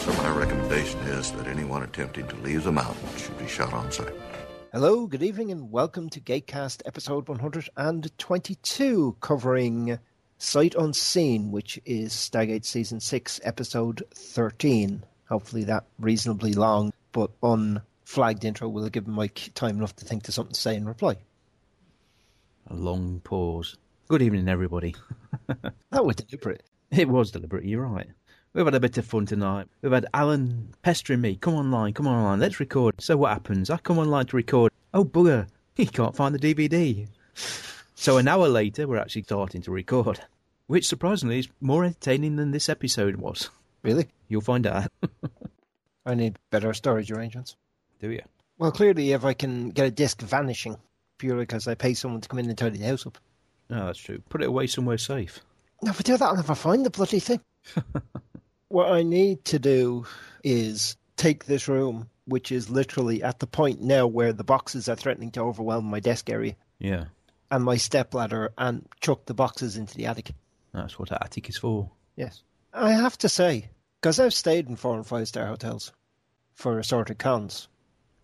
sir, my recommendation is that anyone attempting to leave the mountain should be shot on sight. Hello, good evening, and welcome to Gatecast episode 122, covering Sight Unseen, which is Stargate Season 6, episode 13. Hopefully, that reasonably long but unflagged intro will have given Mike time enough to think to something to say in reply. A long pause. Good evening, everybody. That was deliberate. It was deliberate, you're right. We've had a bit of fun tonight. We've had Alan pestering me, come online, come online, let's record. So what happens? I come online to record. Oh, bugger, he can't find the DVD. So an hour later, we're actually starting to record, which surprisingly is more entertaining than this episode was. Really? You'll find out. I need better storage arrangements. Do you? Well, clearly, if I can get a disc vanishing, purely because I pay someone to come in and tidy the house up. No, that's true. Put it away somewhere safe. No, if I do that, I'll never find the bloody thing. what I need to do is take this room, which is literally at the point now where the boxes are threatening to overwhelm my desk area, Yeah, and my stepladder, and chuck the boxes into the attic. that's what an attic is for. Yes. I have to say, because I've stayed in four and five star hotels for assorted cons,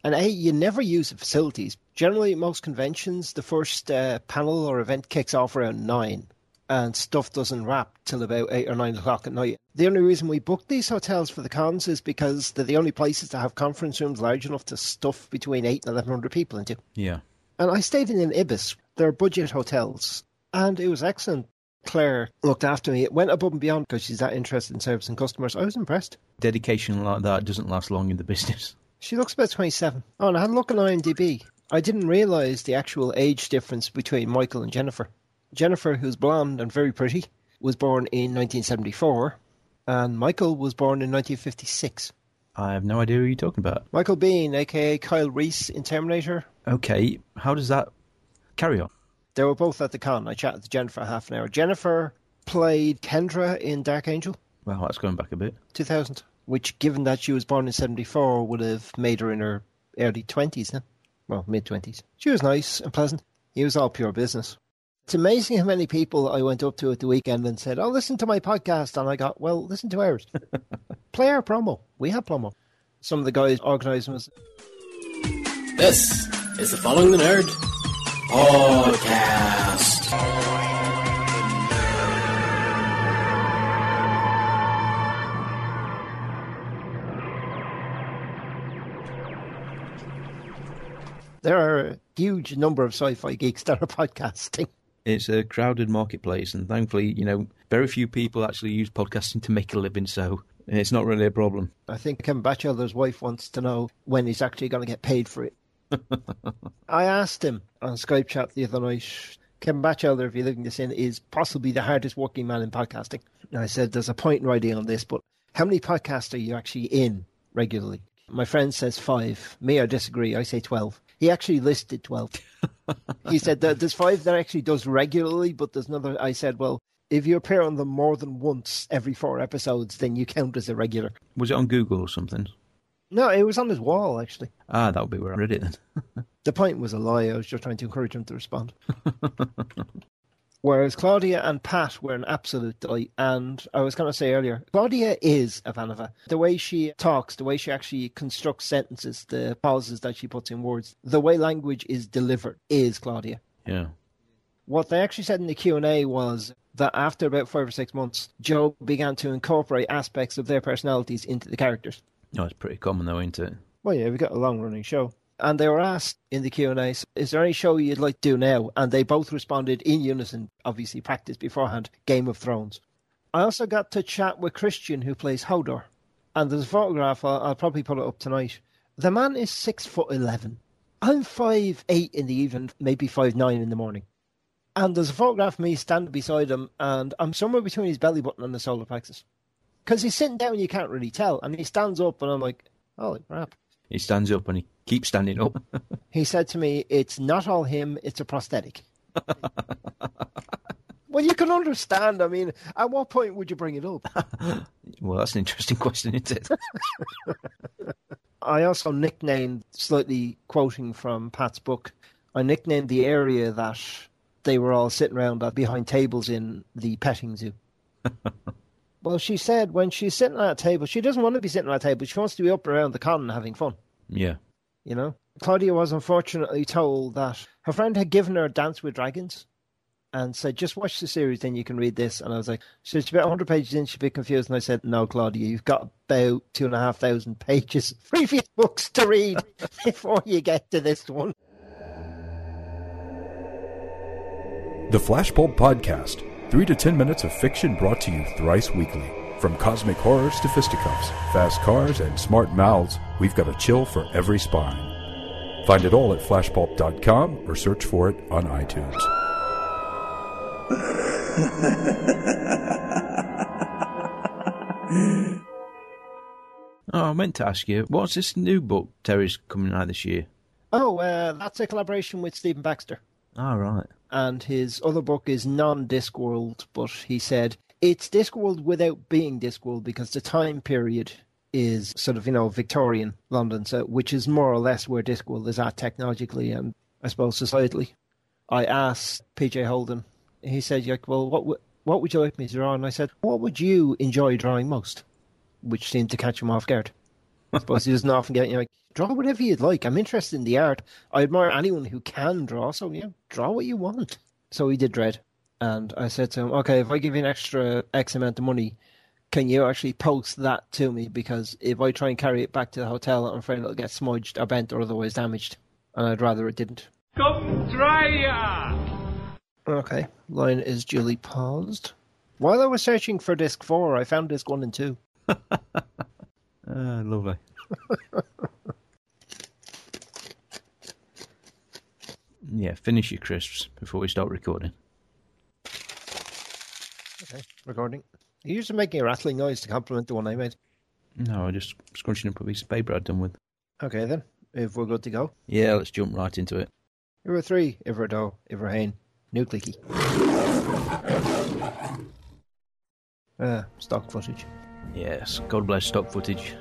and A, you never use the facilities. Generally, at most conventions, the first uh, panel or event kicks off around nine, and stuff doesn't wrap till about eight or nine o'clock at night. The only reason we book these hotels for the cons is because they're the only places that have conference rooms large enough to stuff between eight and eleven hundred people into. Yeah. And I stayed in an Ibis. They're budget hotels. And it was excellent. Claire looked after me. It went above and beyond because she's that interested in servicing customers. I was impressed. Dedication like that doesn't last long in the business. She looks about 27. Oh, and I had a look on IMDb. I didn't realise the actual age difference between Michael and Jennifer. Jennifer, who's blonde and very pretty, was born in 1974, and Michael was born in 1956. I have no idea who you're talking about. Michael Bean, aka Kyle Reese in Terminator, Okay, how does that carry on? They were both at the con. I chatted to Jennifer for half an hour. Jennifer played Kendra in Dark Angel Well, that's going back a bit. 2000, which, given that she was born in 74, would have made her in her early 20s then. Well, mid 20s. She was nice and pleasant. He was all pure business. It's amazing how many people I went up to at the weekend and said, Oh, listen to my podcast. And I got, Well, listen to ours. Play our promo. We have promo. Some of the guys organizing was, This is the Following the Nerd podcast. There are a huge number of sci fi geeks that are podcasting. It's a crowded marketplace, and thankfully, you know, very few people actually use podcasting to make a living, so it's not really a problem. I think Kim Batchelder's wife wants to know when he's actually going to get paid for it. I asked him on Skype chat the other night. Kim Batchelder, if you're looking this in, is possibly the hardest working man in podcasting. And I said, there's a point in writing on this, but how many podcasts are you actually in regularly? My friend says five. Me, I disagree. I say 12. He actually listed 12. he said, there- there's five that actually does regularly, but there's another. I said, well, if you appear on them more than once every four episodes, then you count as a regular. Was it on Google or something? No, it was on his wall, actually. Ah, that would be where I read it then. The point was a lie. I was just trying to encourage him to respond. Whereas Claudia and Pat were an absolute delight. And I was going to say earlier, Claudia is Ivanova. The way she talks, the way she actually constructs sentences, the pauses that she puts in words, the way language is delivered is Claudia. Yeah. What they actually said in the Q&A was that after about five or six months, Joe began to incorporate aspects of their personalities into the characters. No, it's pretty common though, ain't it? Well, yeah, we've got a long-running show. And they were asked in the Q&A, is there any show you'd like to do now? And they both responded in unison, obviously practiced beforehand, Game of Thrones. I also got to chat with Christian, who plays Hodor. And there's a photograph, I'll, I'll probably put it up tonight. The man is six foot 11. I'm five eight in the evening, maybe five nine in the morning. And there's a photograph of me standing beside him, and I'm somewhere between his belly button and the solar plexus. Because he's sitting down, you can't really tell. And he stands up, and I'm like, holy crap. He stands up and he keeps standing up. He said to me, it's not all him, it's a prosthetic. well, you can understand. I mean, at what point would you bring it up? well, that's an interesting question, isn't it? I also nicknamed, slightly quoting from Pat's book, I nicknamed the area that they were all sitting around at behind tables in the petting zoo. well, she said when she's sitting at a table, she doesn't want to be sitting at a table. She wants to be up around the con and having fun, yeah. you know? Claudia was unfortunately told that her friend had given her Dance with Dragons and said, just watch the series, then you can read this. And I was like, so it's about 100 pages in, she's a bit confused. And I said, no, Claudia, you've got about 2,500 pages of previous books to read before you get to this one. The Flashbulb Podcast. Three to ten minutes of fiction brought to you thrice weekly. From cosmic horrors to fisticuffs, fast cars, and smart mouths, we've got a chill for every spine. Find it all at flashbulb.com or search for it on iTunes. Oh, I meant to ask you, what's this new book Terry's coming out this year? Oh, uh, that's a collaboration with Stephen Baxter. Ah, right. And his other book is non Discworld, but he said it's Discworld without being Discworld because the time period is sort of, you know, Victorian London, so, which is more or less where Discworld is at technologically and I suppose societally. I asked PJ Holden, he said, like, well, what, w- what would you like me to draw? And I said, what would you enjoy drawing most? Which seemed to catch him off guard. I suppose he doesn't often get you know, like draw whatever you'd like. I'm interested in the art. I admire anyone who can draw, so yeah, draw what you want. So he did Dread, and I said to him, okay, if I give you an extra X amount of money, can you actually post that to me? Because if I try and carry it back to the hotel, I'm afraid it'll get smudged or bent or otherwise damaged, and I'd rather it didn't. Come try Okay, line is duly paused. While I was searching for disc four, I found disc one and two. Ah, lovely. yeah, finish your crisps before we start recording. recording. You're just making a rattling noise to compliment the one I made. No, I'm just scrunching up a piece of paper I'd done with. Okay, then, if we're good to go. Yeah, let's jump right into it. Ever three, ever do, ever hain, new clicky. Uh, stock footage. Yes, God bless stock footage.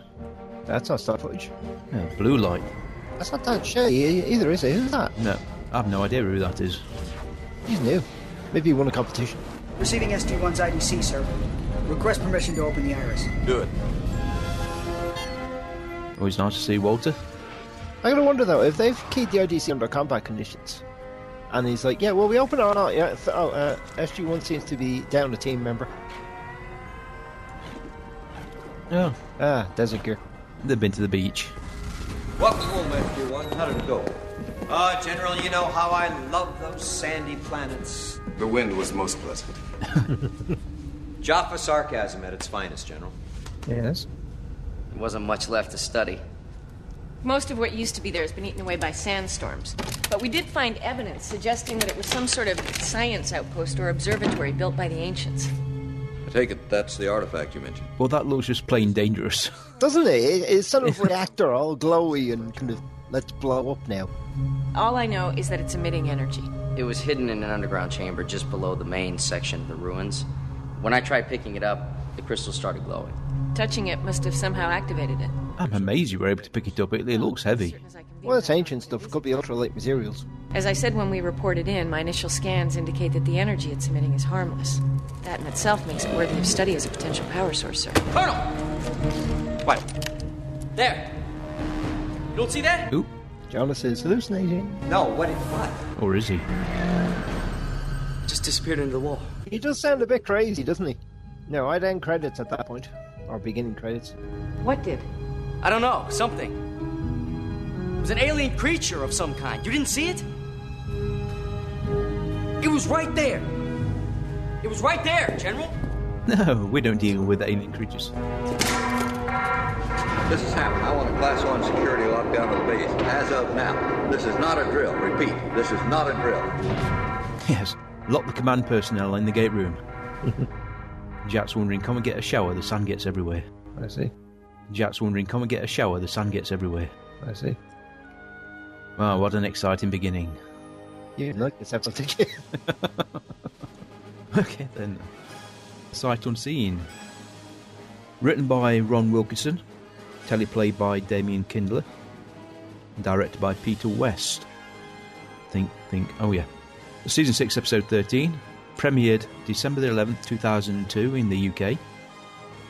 That's not stock footage. Yeah, blue light. That's not Dan Shea e- either, is it? Who's that? No, I've no idea who that is. He's new. Maybe he won a competition. Receiving ST-1's IDC, sir. Request permission to open the iris. Do it. Always Oh, nice to see Walter. I gotta wonder though if they've keyed the IDC under combat conditions, and he's like, "Yeah, well, we open our not. Yeah, th- oh, uh, SG One seems to be down a team member. Oh, Ah, desert gear. they've been to the beach. Welcome home, everyone. How did it go? Ah, General, you know how I love those sandy planets. The wind was most pleasant. Jaffa sarcasm at its finest, General. Yes. There wasn't much left to study. Most of what used to be there has been eaten away by sandstorms. But we did find evidence suggesting that it was some sort of science outpost or observatory built by the ancients. I take it that's the artifact you mentioned. Well, that looks just plain dangerous. Doesn't it? it it's sort of reactor, all glowy and kind of let's blow up now. All I know is that it's emitting energy. It was hidden in an underground chamber just below the main section of the ruins. When I tried picking it up, the crystal started glowing. Touching it must have somehow activated it. I'm amazed you were able to pick it up. It, it looks heavy. Certain as I can be Well, it's about ancient it. stuff. It could be ultralight materials. As I said when we reported in, my initial scans indicate that the energy it's emitting is harmless. That in itself makes it worthy of study as a potential power source, sir. Colonel! What? There. You don't see that? Oop, Jonas is hallucinating. No, what? It, what? or is he? It just disappeared into the wall. He does sound a bit crazy, doesn't he? No, I'd end credits at that point. Or beginning credits. What did? I don't know. Something. It was an alien creature of some kind. You didn't see it? It was right there. It was right there, General. No, we don't deal with alien creatures. This is Hammond. I want a class one security lockdown of the base as of now. This is not a drill. Repeat, this is not a drill. Yes, lock the command personnel in the gate room. Jack's wondering, come and get a shower, the sand gets everywhere. I see. Jack's wondering, come and get a shower, the sand gets everywhere. I see. Wow, what an exciting beginning. You like this episode. okay then. Sight Unseen. Written by Ron Wilkinson, teleplayed by Damien Kindler, and directed by Peter West. Think, think, oh yeah. Season 6, episode 13, premiered December the 11th, 2002, in the UK.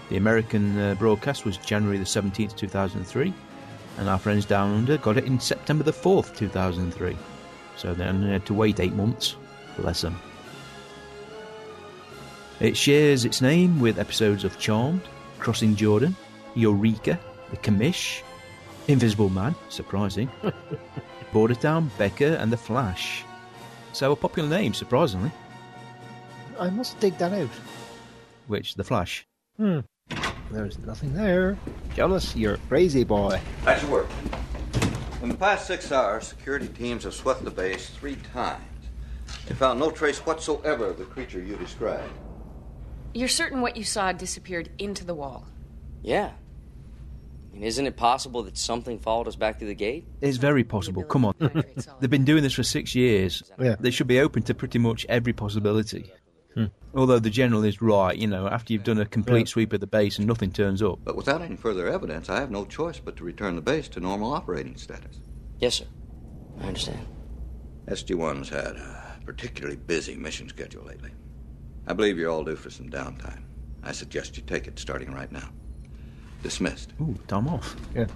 The American uh, broadcast was January the 17th, 2003, and our friends down under got it in September the 4th, 2003. So they only had to wait eight months. Bless them. It shares its name with episodes of Charmed, Crossing Jordan, Eureka, The Commish, Invisible Man, surprising, Border Town, Becca, and The Flash. So a popular name, surprisingly, I must dig that out. which The Flash. Hmm. There's nothing there. Jonas, you're a crazy boy. That's your work. In the past six hours, security teams have swept the base three times. They found no trace whatsoever of the creature you described. You're certain what you saw disappeared into the wall. Yeah. I mean, isn't it possible that something followed us back through the gate? It's very possible. Come on. They've been doing this for six years. Yeah. They should be open to pretty much every possibility. Although the general is right, you know, after you've done a complete sweep of the base and nothing turns up. But without any further evidence, I have no choice but to return the base to normal operating status. Yes, sir. I understand. SG1's had a particularly busy mission schedule lately. I believe you're all due for some downtime. I suggest you take it starting right now. Dismissed. Ooh, time off. Yeah.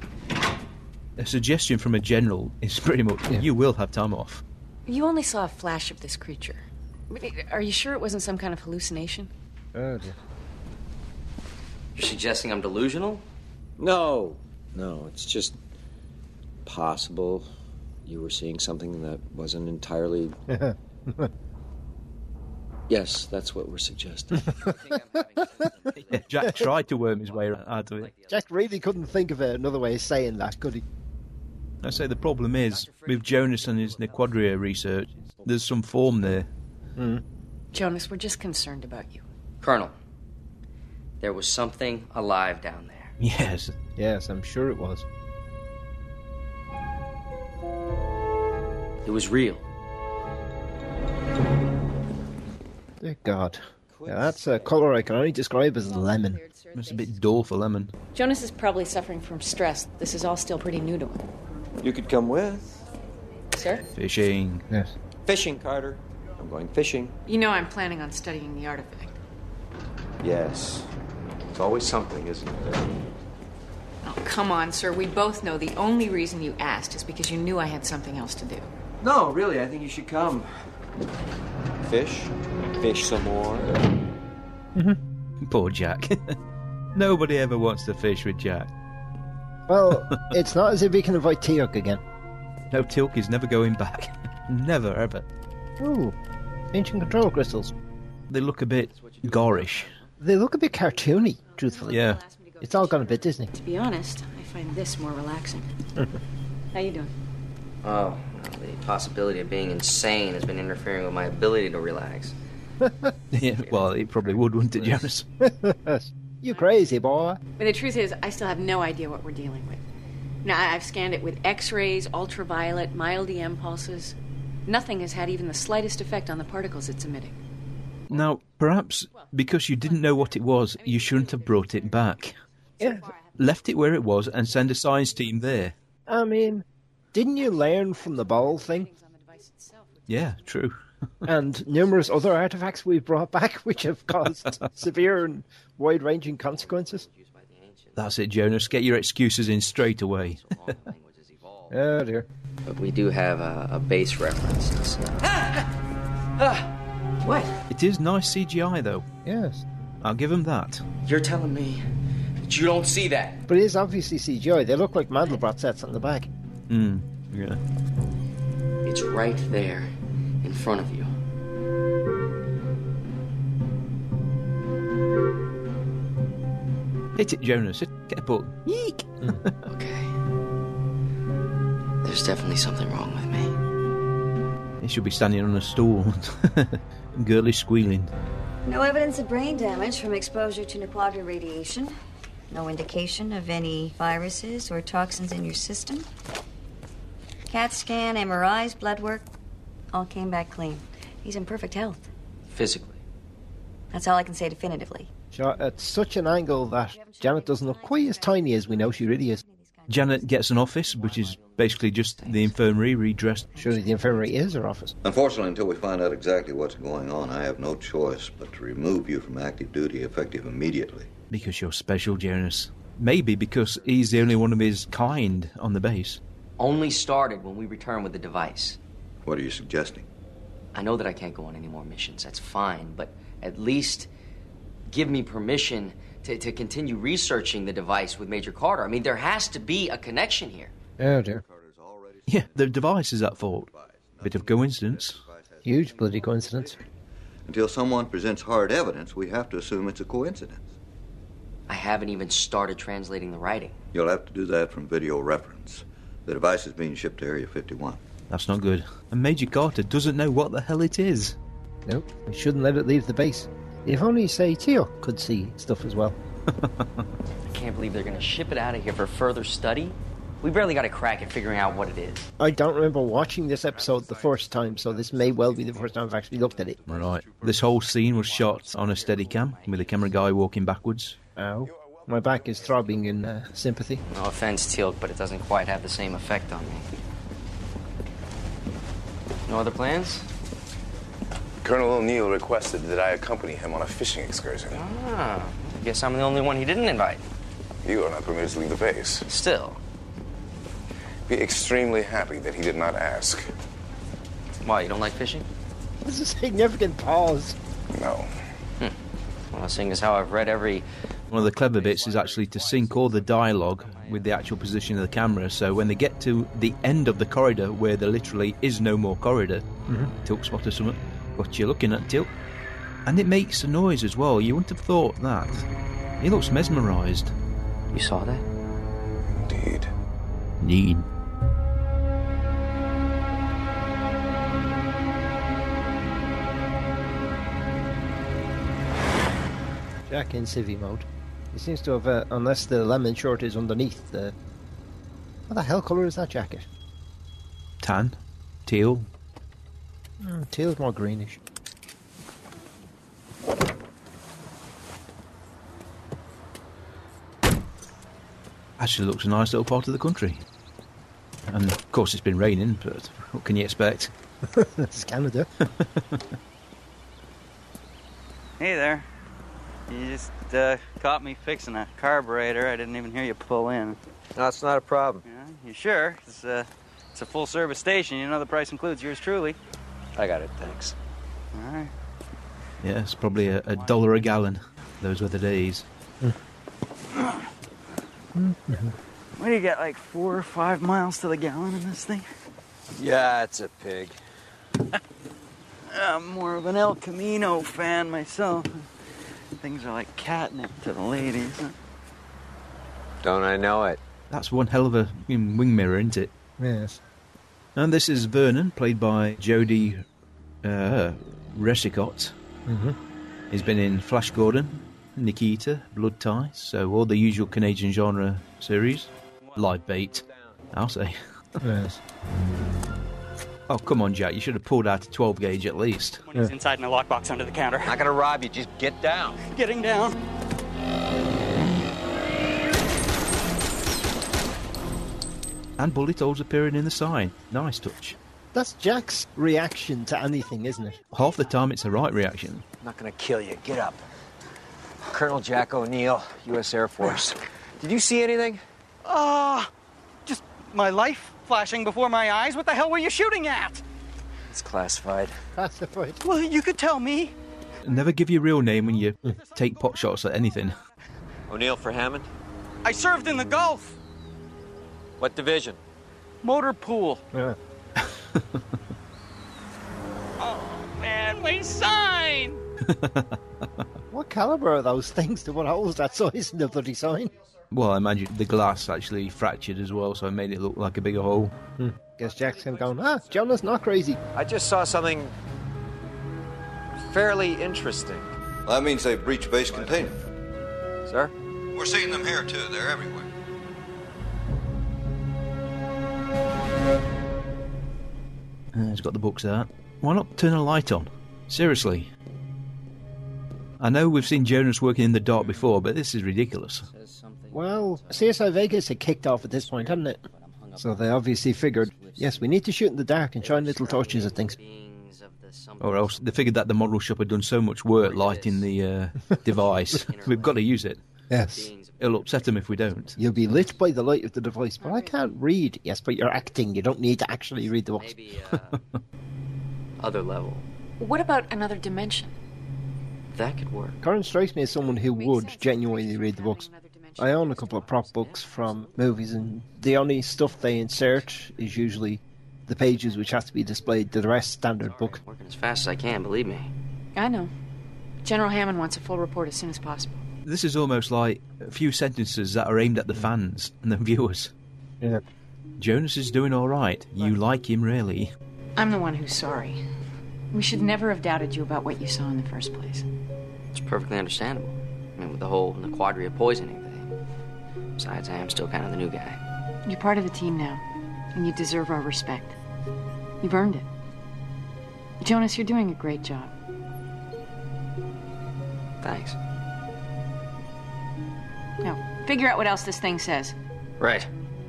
A suggestion from a general is pretty much you will have time off. You only saw a flash of this creature. But it- Are you sure it wasn't some kind of hallucination? Oh, You're suggesting I'm delusional? No, no, it's just possible you were seeing something that wasn't entirely. yes, that's what we're suggesting. Yeah, Jack tried to worm his way out of it. Jack really couldn't think of another way of saying that, could he? I say the problem is with Jonas and his Nequadria research, there's some form there. Jonas, we're just concerned about you. Colonel, there was something alive down there. Yes. Yes, I'm sure it was. It was real. Dear God. Yeah, that's a colour I can only describe as lemon. It's a bit dull for lemon. Jonas is probably suffering from stress. This is all still pretty new to him. you could come with. Sir? Fishing. Yes. Fishing, Carter. I'm going fishing. You know I'm planning on studying the artifact. Yes. It's always something, isn't it? Oh, come on, sir. We both know the only reason you asked is because you knew I had something else to do. No, really, I think you should come. Fish, fish some more. Poor Jack. Nobody ever wants to fish with Jack. Well, it's not as if he can invite Teok again. No, Tilk is never going back. never, ever. Ooh, ancient control crystals. They look a bit garish. They look a bit cartoony, truthfully. Yeah. It's all gone a bit Disney. To be honest, I find this more relaxing. How you doing? Oh, well, the possibility of being insane has been interfering with my ability to relax. yeah, well, it probably would, wouldn't it, Jonas? you crazy boy. But the truth is, I still have no idea what we're dealing with. Now, I- I've scanned it with x rays, ultraviolet, mild EM pulses. Nothing has had even the slightest effect on the particles it's emitting. Now, perhaps because you didn't know what it was, you shouldn't have brought it back. Yeah. Left it where it was and send a science team there. I mean, didn't you learn from the ball thing? Yeah, true. and numerous other artifacts we've brought back, which have caused severe and wide ranging consequences. That's it, Jonas. Get your excuses in straight away. oh, dear. But we do have a, a base reference. It's, uh, what? It is nice CGI, though. Yes. I'll give him that. You're telling me that you don't see that? But it is obviously CGI. They look like Mandelbrot sets on the back. Hmm. Yeah. It's right there in front of you. Hit it, Jonas. Hit- Get a button. Yeek! There's definitely something wrong with me. He should be standing on a stool. Girly squealing. No evidence of brain damage from exposure to Niplagen radiation. No indication of any viruses or toxins in your system. CAT scan, MRIs, blood work, all came back clean. He's in perfect health. Physically. That's all I can say definitively. Shot at such an angle that Janet doesn't look quite as tiny as we know she really is. Janet gets an office, which is basically just the infirmary redressed. Surely the infirmary is her office. Unfortunately, until we find out exactly what's going on, I have no choice but to remove you from active duty effective immediately. Because you're special, Jonas. Maybe because he's the only one of his kind on the base. Only started when we returned with the device. What are you suggesting? I know that I can't go on any more missions. That's fine, but at least give me permission to, to continue researching the device with Major Carter. I mean, there has to be a connection here. Oh dear. Yeah, the device is at fault. Bit of coincidence. Huge bloody coincidence. Until someone presents hard evidence, we have to assume it's a coincidence. I haven't even started translating the writing. You'll have to do that from video reference. The device is being shipped to Area 51. That's not good. And Major Carter doesn't know what the hell it is. Nope, we shouldn't let it leave the base. If only, say, Teo could see stuff as well. I can't believe they're going to ship it out of here for further study. We barely got a crack at figuring out what it is. I don't remember watching this episode the first time, so this may well be the first time I've actually looked at it. Right. This whole scene was shot on a steady cam with the camera guy walking backwards. Ow. My back is throbbing in uh, sympathy. No offense, Teal'c, but it doesn't quite have the same effect on me. No other plans? Colonel O'Neill requested that I accompany him on a fishing excursion. Ah, I guess I'm the only one he didn't invite. You are not permitted to leave the base. Still, Be extremely happy that he did not ask. why, you don't like fishing? This is a significant pause. No. Well, seeing as how I've read every. One of the clever bits is actually to sync all the dialogue with the actual position of the camera. So when they get to the end of the corridor, where there literally is no more corridor, Mhm. tilt spot or something, what you looking at, tilt? And it makes a noise as well. You wouldn't have thought that. He looks mesmerised. You saw that? Indeed. Need. Jack in civvy mode. He seems to have, uh, unless the lemon shirt is underneath the. What the hell colour is that jacket? Tan. Teal. Mm, teal's more greenish. Actually looks a nice little part of the country. And of course it's been raining, but what can you expect? It's Canada. Hey there. You just uh, caught me fixing a carburetor. I didn't even hear you pull in. No, it's not a problem. Yeah, you sure? It's, uh, it's a full service station. You know the price includes yours truly. I got it, thanks. All right. Yeah, it's probably a, a dollar a gallon. Those were the days. What do you get, like four or five miles to the gallon in this thing? Yeah, it's a pig. I'm more of an El Camino fan myself. Things are like catnip to the ladies. huh? Don't I know it? That's one hell of a mm, wing mirror, isn't it? Yes. And this is Vernon, played by Jodie uh, Resicott. Mhm. He's been in Flash Gordon, Nikita, Blood Tie, so all the usual Canadian genre series. Live bait, I'll say. yes. Oh, come on, Jack, you should have pulled out a 12 gauge at least. Money's inside in a lockbox under the counter. Not gonna rob you. Just get down. Getting down. And bullet holes appearing in the sign. Nice touch. That's Jack's reaction to anything, isn't it? Half the time it's the right reaction. I'm not gonna kill you. Get up. Colonel Jack O'Neill, U.S. Air Force. Did you see anything? Ah, just my life flashing before my eyes. What the hell were you shooting at? It's classified. Classified. Well, you could tell me. Never give your real name when you take pot shots at anything. O'Neill for Hammond. I served in the Gulf. What division? Motor pool. Yeah. Oh, Man, my sign! What calibre are those things to what holes that size in the bloody sign? Well, I imagine the glass actually fractured as well, so it made it look like a bigger hole. Guess Jack's going, to go, ah, Jonah's not crazy. I just saw something fairly interesting. That means they've breached base containment. Sir? We're seeing them here, too. They're everywhere. Uh, he's got the books out. Why not turn a light on? Seriously. I know we've seen Jonas working in the dark before, but this is ridiculous. Well, CSI Vegas had kicked off at this point, hadn't it? So they obviously figured, yes, we need to shoot in the dark and shine little torches at things. Or else they figured that the model shop had done so much work lighting the uh, device. we've got to use it. Yes. It'll upset them if we don't. You'll be lit by the light of the device, but I can't read. Yes, but you're acting. You don't need to actually read the box. uh, Other level. What about another dimension? That could work. Karen strikes me as someone who would genuinely read the books. I own a couple of prop books from movies, and the only stuff they insert is usually the pages which have to be displayed. The rest standard book. Working as fast as I can, believe me. I know. General Hammond wants a full report as soon as possible. This is almost like a few sentences that are aimed at the fans and the viewers. Yeah. Jonas is doing all right. You like him, really. I'm the one who's sorry. We should never have doubted you about what you saw in the first place. It's perfectly understandable. I mean, with the whole Nequadria poisoning thing. Besides, I am still kind of the new guy. You're part of the team now, and you deserve our respect. You've earned it. Jonas, you're doing a great job. Thanks. Now, figure out what else this thing says. Right.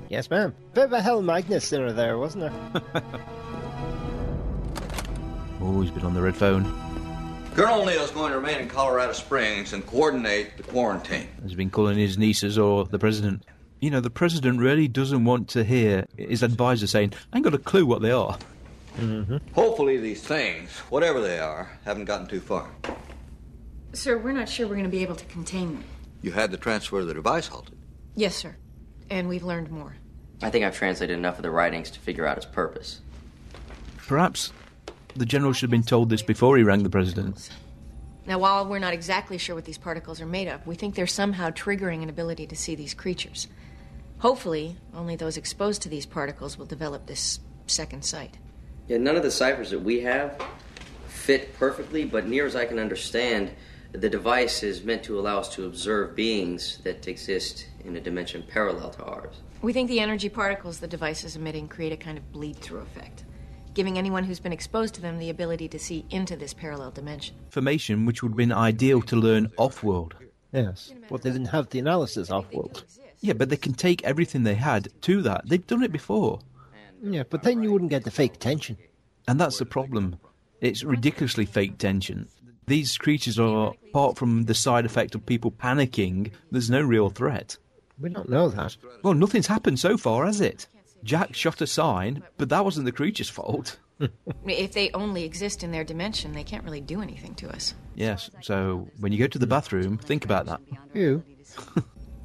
Yes, ma'am. Bit of a Hell Magnus dinner there, wasn't there? Oh, he's been on the red phone. Colonel O'Neill is going to remain in Colorado Springs and coordinate the quarantine. He's been calling his nieces or the president. You know, the president really doesn't want to hear his advisor saying, I ain't got a clue what they are. Mm-hmm. Hopefully, these things, whatever they are, haven't gotten too far. Sir, we're not sure we're going to be able to contain them. You had the transfer of the device halted. Yes, sir. And we've learned more. I think I've translated enough of the writings to figure out its purpose. Perhaps the general should have been told this before he rang the president. Now, while we're not exactly sure what these particles are made of, we think they're somehow triggering an ability to see these creatures. Hopefully, only those exposed to these particles will develop this second sight. Yeah, none of the ciphers that we have fit perfectly, but near as I can understand, the device is meant to allow us to observe beings that exist in a dimension parallel to ours. We think the energy particles the device is emitting create a kind of bleed through effect, giving anyone who's been exposed to them the ability to see into this parallel dimension. Information which would have been ideal to learn off world. Yes. But they didn't have the analysis off world. Yeah, but they can take everything they had to that. They've done it before. Yeah, but then you wouldn't get the fake tension. And that's the problem. It's ridiculously fake tension. These creatures are, apart from the side effect of people panicking, there's no real threat. We don't know that. Well, nothing's happened so far, has it? Jack shot a sign, but that wasn't the creature's fault. If they only exist in their dimension, they can't really do anything to us. Yes, so when you go to the bathroom, think about that. You?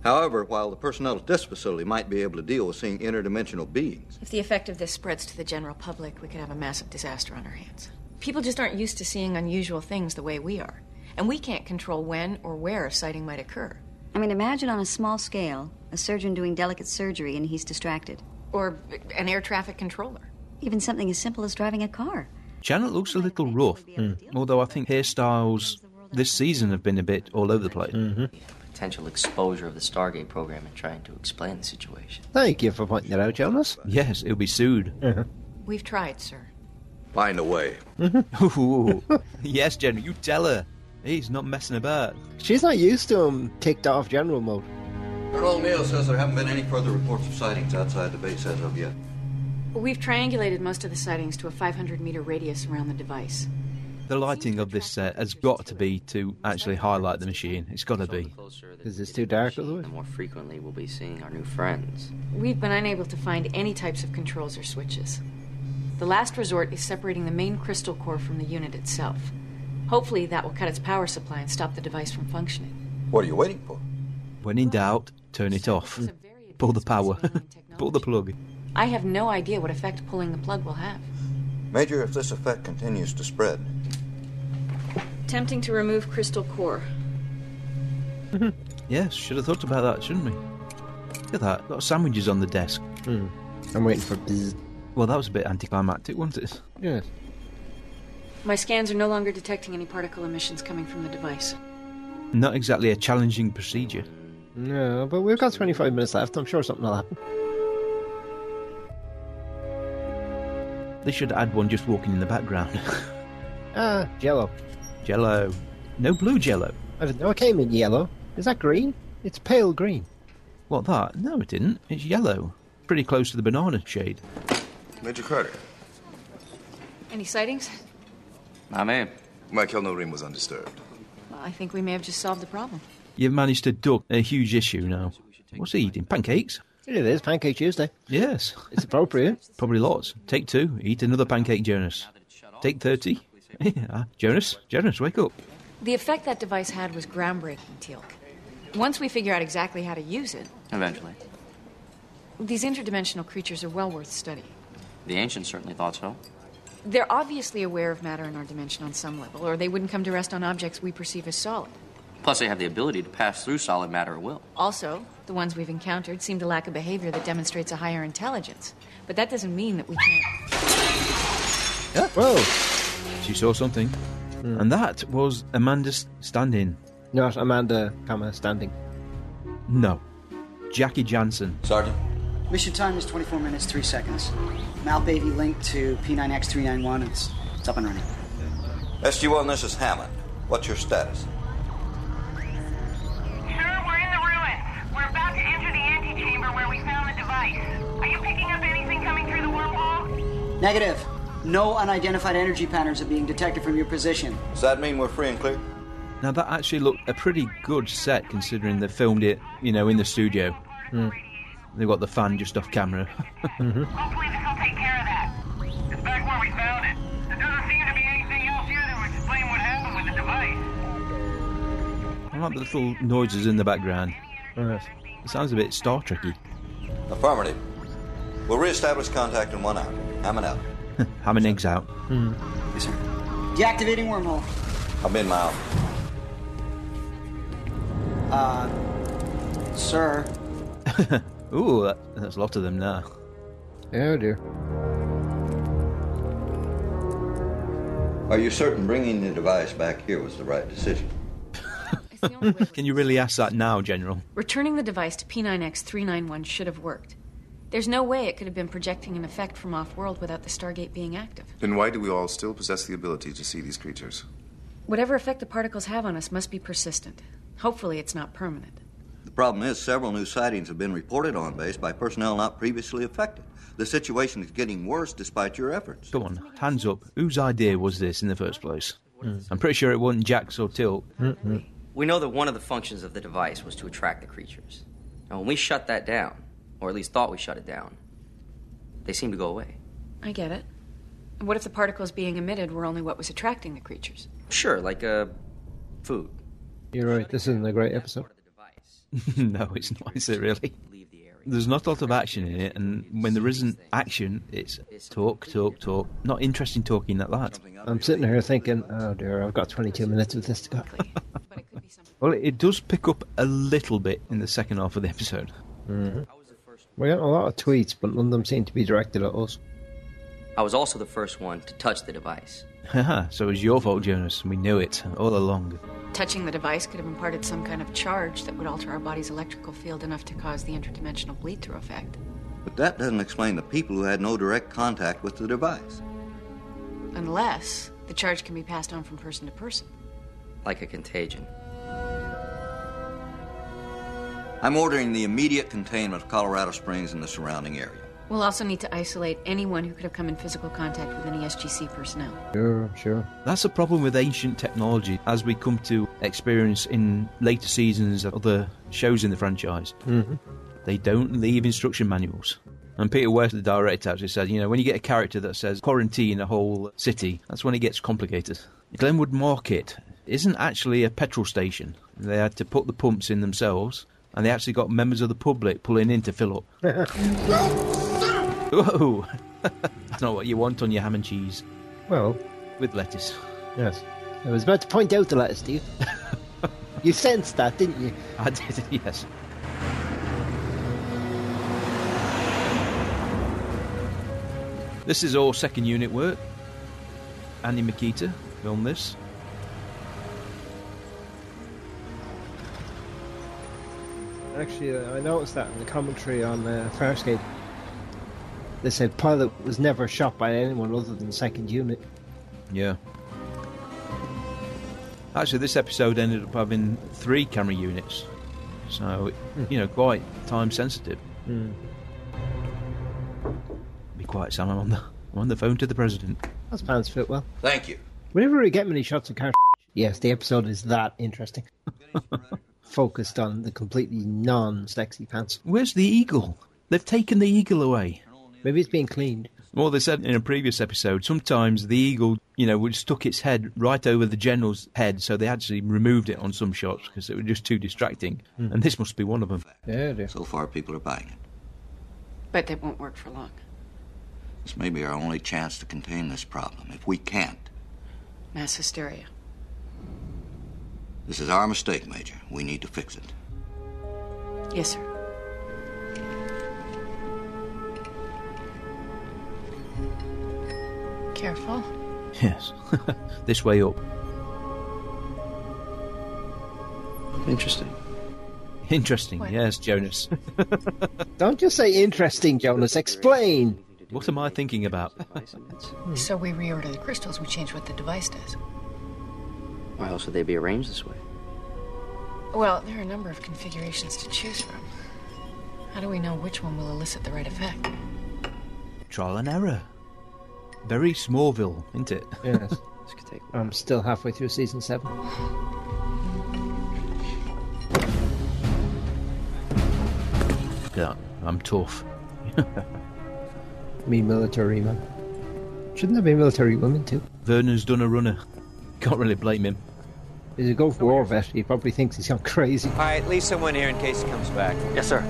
However, while the personnel at this facility might be able to deal with seeing interdimensional beings, If the effect of this spreads to the general public, we could have a massive disaster on our hands. People just aren't used to seeing unusual things the way we are, and we can't control when or where a sighting might occur. I mean, imagine on a small scale a surgeon doing delicate surgery and he's distracted. Or an air traffic controller. Even something as simple as driving a car. Janet looks a little rough, although I think hairstyles this season have been a bit all over the place. Potential exposure of the Stargate program and trying to explain the situation. Thank you for pointing it out, Jonas. Yes, it'll be sued. We've tried, sir. find a way. Ooh. yes, General, you tell her. He's not messing about. She's not used to him ticked off general mode. Colonel O'Neill says there haven't been any further reports of sightings outside the base as of yet. We've triangulated most of the sightings to a 500 meter radius around the device. The lighting of this set has got to be to actually highlight the machine. It's got to be. Because it's too dark, otherwise. The more frequently we'll be seeing our new friends. We've been unable to find any types of controls or switches. The last resort is separating the main crystal core from the unit itself. Hopefully, that will cut its power supply and stop the device from functioning. What are you waiting for? When in doubt, turn it off. Oh, Pull the power. Pull the plug. I have no idea what effect pulling the plug will have. Major, if this effect continues to spread, Attempting to remove crystal core. Yes, should have thought about that, shouldn't we? Look at that. Got sandwiches on the desk. I'm waiting for bzz. Well, that was a bit anticlimactic, wasn't it? Yes. My scans are no longer detecting any particle emissions coming from the device. Not exactly a challenging procedure. No, but we've got 25 minutes left. I'm sure something will happen. They should add one just walking in the background. Ah, jello. Jello. No blue jello. I didn't know it came in yellow. Is that green? It's pale green. What, that? No, it didn't. It's yellow. Pretty close to the banana shade. Major Carter. Any sightings? My man. Michael Noreen was undisturbed. Well, I think we may have just solved the problem. You've managed to duck a huge issue now. What's he eating? Pancakes? It is Pancake Tuesday. Yes. It's appropriate. Probably lots. Take two. Eat another pancake, Jonas. Take 30. yeah. Jonas, Jonas, wake up. The effect that device had was groundbreaking, Teal'c. Once we figure out exactly how to use it, Eventually. these interdimensional creatures are well worth studying. The ancients certainly thought so. They're obviously aware of matter in our dimension on some level, or they wouldn't come to rest on objects we perceive as solid. Plus, they have the ability to pass through solid matter at will. Also, the ones we've encountered seem to lack a behavior that demonstrates a higher intelligence. But that doesn't mean that we can't. Whoa! She saw something. And that was Amanda's standing. Not Amanda, comma, standing. No. Jackie Jansen. Sergeant. Mission time is 24 minutes, 3 seconds. Malbaby linked to P9X391. It's, it's up and running. SG1, this is Hammond. What's your status? Sir, we're in the ruins. We're about to enter the antechamber where we found the device. Are you picking up anything coming through the wormhole? Negative. No unidentified energy patterns are being detected from your position. Does that mean we're free and clear? Now, that actually looked a pretty good set considering they filmed it, you know, in the studio. They got the fan just off camera. Hopefully this will take care of that. It's back where we found it. There doesn't seem to be anything else here that would explain what happened with the device. I like the little noises in the background. It sounds a bit Star Trekky. Affirmative. We'll reestablish contact in one hour. Hammond out. Ham and eggs out. Yes, sir. Deactivating wormhole. I'm in my office. Uh, sir. Ooh, that, that's a lot of them now. Oh dear. Are you certain bringing the device back here was the right decision? Can you really ask that now, General? Returning the device to P9X391 should have worked. There's no way it could have been projecting an effect from off world without the Stargate being active. Then why do we all still possess the ability to see these creatures? Whatever effect the particles have on us must be persistent. Hopefully, it's not permanent. The problem is several new sightings have been reported on base by personnel not previously affected. The situation is getting worse despite your efforts. Go on, hands up. Whose idea was this in the first place? I'm pretty sure it wasn't Jack's or Tilt. We know that one of the functions of the device was to attract the creatures. Now, when we shut that down, or at least thought we shut it down, they seemed to go away. I get it. And What if the particles being emitted were only what was attracting the creatures? Sure, like uh, food. You're right. This isn't a great episode. no, it's not, is it really? There's not a lot of action in it, and when there isn't action, it's talk, talk, talk. Not interesting talking at that. I'm sitting here thinking, oh dear, I've got 22 minutes of this to go. Well, it does pick up a little bit in the second half of the episode. Mhm. We got a lot of tweets, but none of them seem to be directed at us. I was also the first one to touch the device. Haha, so it was your fault, Jonas. We knew it all along. Touching the device could have imparted some kind of charge that would alter our body's electrical field enough to cause the interdimensional bleed through effect. But that doesn't explain the people who had no direct contact with the device. Unless the charge can be passed on from person to person. Like a contagion. I'm ordering the immediate containment of Colorado Springs and the surrounding area. We'll also need to isolate anyone who could have come in physical contact with any SGC personnel. Sure, sure. That's the problem with ancient technology, as we come to experience in later seasons of other shows in the franchise. Mhm. They don't leave instruction manuals. And Peter West, the director, actually said, you know, when you get a character that says quarantine a whole city, that's when it gets complicated. Glenwood Market isn't actually a petrol station. They had to put the pumps in themselves, and they actually got members of the public pulling in to fill up. Whoa! That's not what you want on your ham and cheese. Well, with lettuce. Yes. I was about to point out the letters to you. you sensed that, didn't you? I did, yes. This is all second unit work. Andy Makita filmed this. Actually, uh, I noticed that in the commentary on uh, Farscape. They said pilot was never shot by anyone other than second unit. Yeah. Actually, this episode ended up having three camera units, so you know, quite time sensitive. Mm. Be quiet, Sam. I'm on the I'm on the phone to the president. That's plans fit well. Thank you. Whenever we get many shots of car, yes, the episode is that interesting. Focused on the completely non-sexy pants. Where's the eagle? They've taken the eagle away. Maybe it's being cleaned. Well, they said in a previous episode, sometimes the eagle, you know, would stuck its head right over the general's head, so they actually removed it on some shots because it was just too distracting. Mm. And this must be one of them. Yeah, it is. So far, people are buying it. But that won't work for long. This may be our only chance to contain this problem. If we can't, Mass hysteria. this is our mistake, Major. We need to fix it. Yes, sir. Careful. Yes. this way up. Interesting. Interesting. Yes, Jonas. Don't just say interesting, Jonas. Explain. What am I thinking about? So we reorder the crystals, we change what the device does. Why else would they be arranged this way? Well, there are a number of configurations to choose from. How do we know which one will elicit the right effect? Trial and error. Very Smallville, isn't it? Yes. This could take I'm still halfway through season seven. Yeah, I'm tough. Me military man. Shouldn't there be military women too? Werner's done a runner. Can't really blame him. He's a Gulf War vet. He probably thinks he's gone crazy. All right, leave someone here in case he comes back. Yes, sir.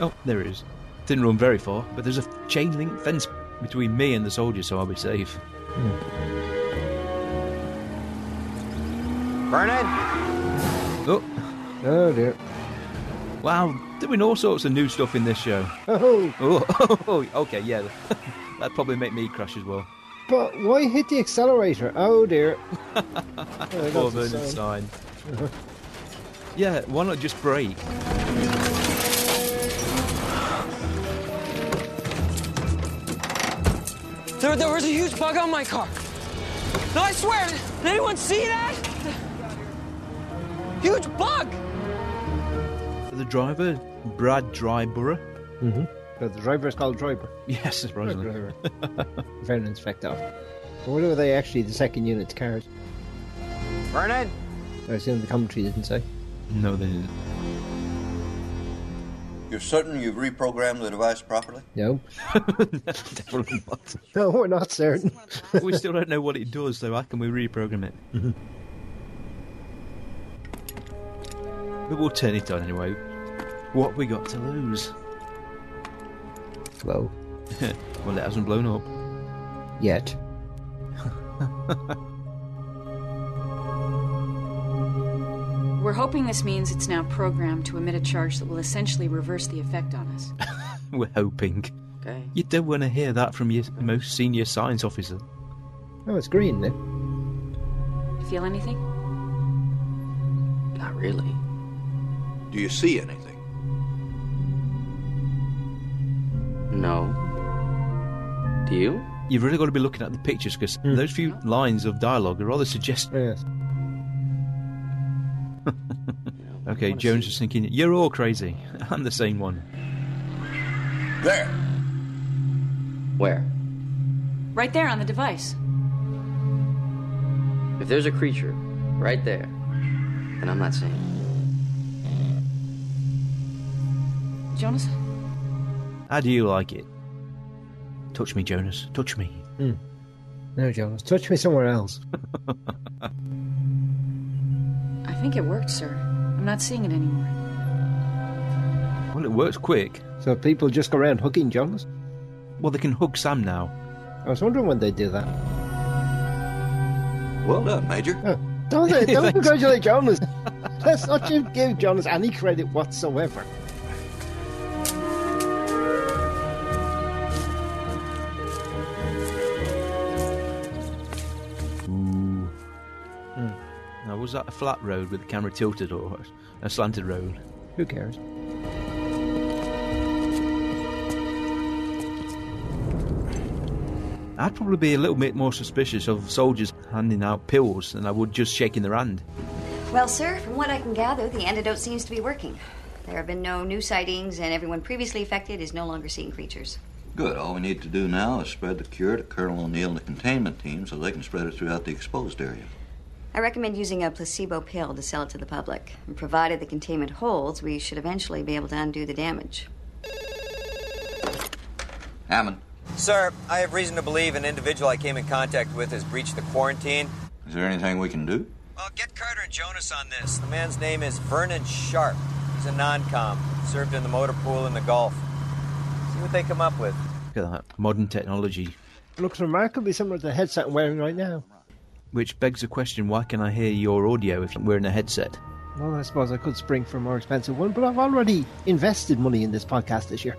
oh, there it is. Didn't run very far, but there's a chain link fence between me and the soldier, so I'll be safe. Burn it. Oh. Oh dear. Wow, doing all sorts of new stuff in this show. Oh. Oh, okay, yeah. That'd probably make me crash as well. But why hit the accelerator? Oh dear. there Poor goes the Vernon's sign. yeah, why not just break? There, there was a huge bug on my car. No, I swear. Did anyone see that? Huge bug. The driver, Brad Dryborough. Mm-hmm. But the driver is called Driver. Yes, surprisingly. Driver. Vernon's fecked off. But what are they actually, the second unit's cars? Burn it. I assume the commentary didn't say. No, they didn't. You're certain you've reprogrammed the device properly? No. Definitely not. No, we're not certain. we still don't know what it does, though. How can we reprogram it? but we'll turn it on anyway. What we got to lose? Slow. well, it hasn't blown up. Yet. We're hoping this means it's now programmed to emit a charge that will essentially reverse the effect on us. We're hoping. Okay. You don't want to hear that from your most senior science officer. Oh, it's green now. Feel anything? Not really. Do you see anything? No. Do you? You've really got to be looking at the pictures because those few lines of dialogue are rather suggestive. Yes. okay, Jones is thinking, you're all crazy. I'm the same one. There! Where? Right there on the device. If there's a creature right there, then I'm not seeing it. Jonas? How do you like it? Touch me, Jonas. Touch me. No, Jonas. Touch me somewhere else. I think it worked, sir. I'm not seeing it anymore. Well, it works quick. So people just go around hugging Jonas? Well, they can hug Sam now. I was wondering when they do that. Well done, Major. Don't, they, don't Thanks. congratulate Jonas. Let's not ju- give Jonas any credit whatsoever. was that a flat road with the camera tilted or a slanted road? Who cares? I'd probably be a little bit more suspicious of soldiers handing out pills than I would just shaking their hand. Well, sir, from what I can gather, the antidote seems to be working. There have been no new sightings, and everyone previously affected is no longer seeing creatures. Good. All we need to do now is spread the cure to Colonel O'Neill and the containment team so they can spread it throughout the exposed area. I recommend using a placebo pill to sell it to the public. And provided the containment holds, we should eventually be able to undo the damage. Hammond, Sir, I have reason to believe an individual I came in contact with has breached the quarantine. is there anything we can do? Well, get Carter and Jonas on this. The man's name is Vernon Sharp. He's a non-com. Served in the motor pool in the Gulf. See what they come up with. Look at that modern technology. Looks remarkably similar to the headset I'm wearing right now. Which begs the question: Why can I hear your audio if we're in a headset? Well, I suppose I could spring for a more expensive one, but I've already invested money in this podcast this year.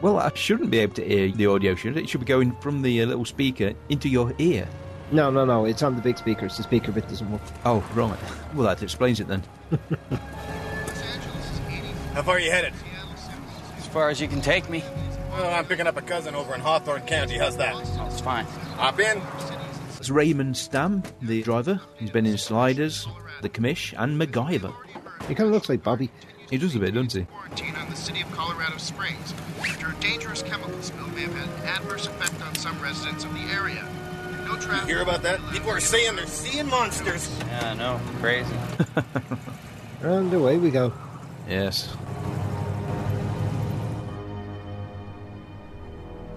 Well, I shouldn't be able to hear the audio, should it? It should be going from the uh, little speaker into your ear. No, no, no, it's on the big speakers. The speaker bit doesn't work. Oh, right. Well, that explains it then. How far are you headed? As far as you can take me. Well, I'm picking up a cousin over in Hawthorne County. How's that? Oh, It's fine. Hop in. It's Raymond Stamm, the driver. He's been in Sliders, The Commish, and MacGyver. He kind of looks like Bobby. He does a bit, doesn't he? quarantine on the city of Colorado Springs after dangerous chemical spill may have had an adverse effect on some residents of the area. No You traffic. hear about that? People are saying they're seeing monsters. Yeah, I know. Crazy. And away we go. Yes.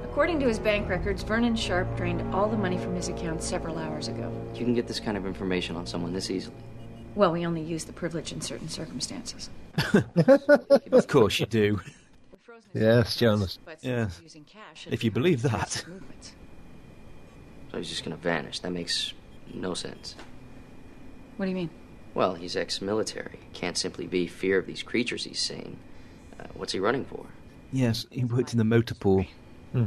According to his bank records, Vernon Sharp drained all the money from his account several hours ago. You can get this kind of information on someone this easily. Well, we only use the privilege in certain circumstances. Of course you do. Yes, Jonas. Yes. If you believe that. So he's just going to vanish. That makes no sense. What do you mean? Well, he's ex military. Can't simply be fear of these creatures he's seeing. Uh, what's he running for? Yes, he worked in the motor pool. Hmm.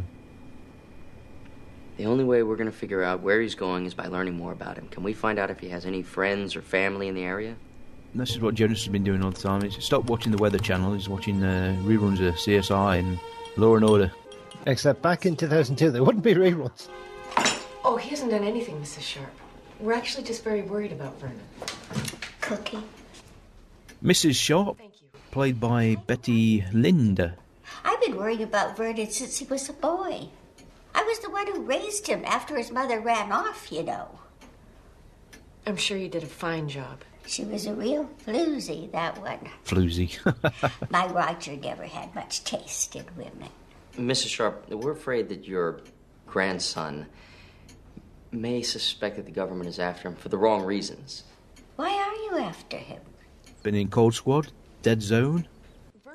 The only way we're going to figure out where he's going is by learning more about him. Can we find out if he has any friends or family in the area? And This is what Jonas has been doing all the time. He's stopped watching the Weather Channel. He's watching uh, reruns of CSI and Law and Order. Except back in 2002, there wouldn't be reruns. Oh, he hasn't done anything, Mrs. Sharp. We're actually just very worried about Vernon. Cookie. Mrs. Sharp, played by Betty Linder. I've been worried about Vernon since he was a boy. I was the one who raised him after his mother ran off, you know. I'm sure you did a fine job. She was a real floozy, that one. Floozy. My Roger never had much taste in women. Mrs. Sharp, we're afraid that your grandson may suspect that the government is after him for the wrong reasons. Why are you after him? Been in Cold Squad, Dead Zone,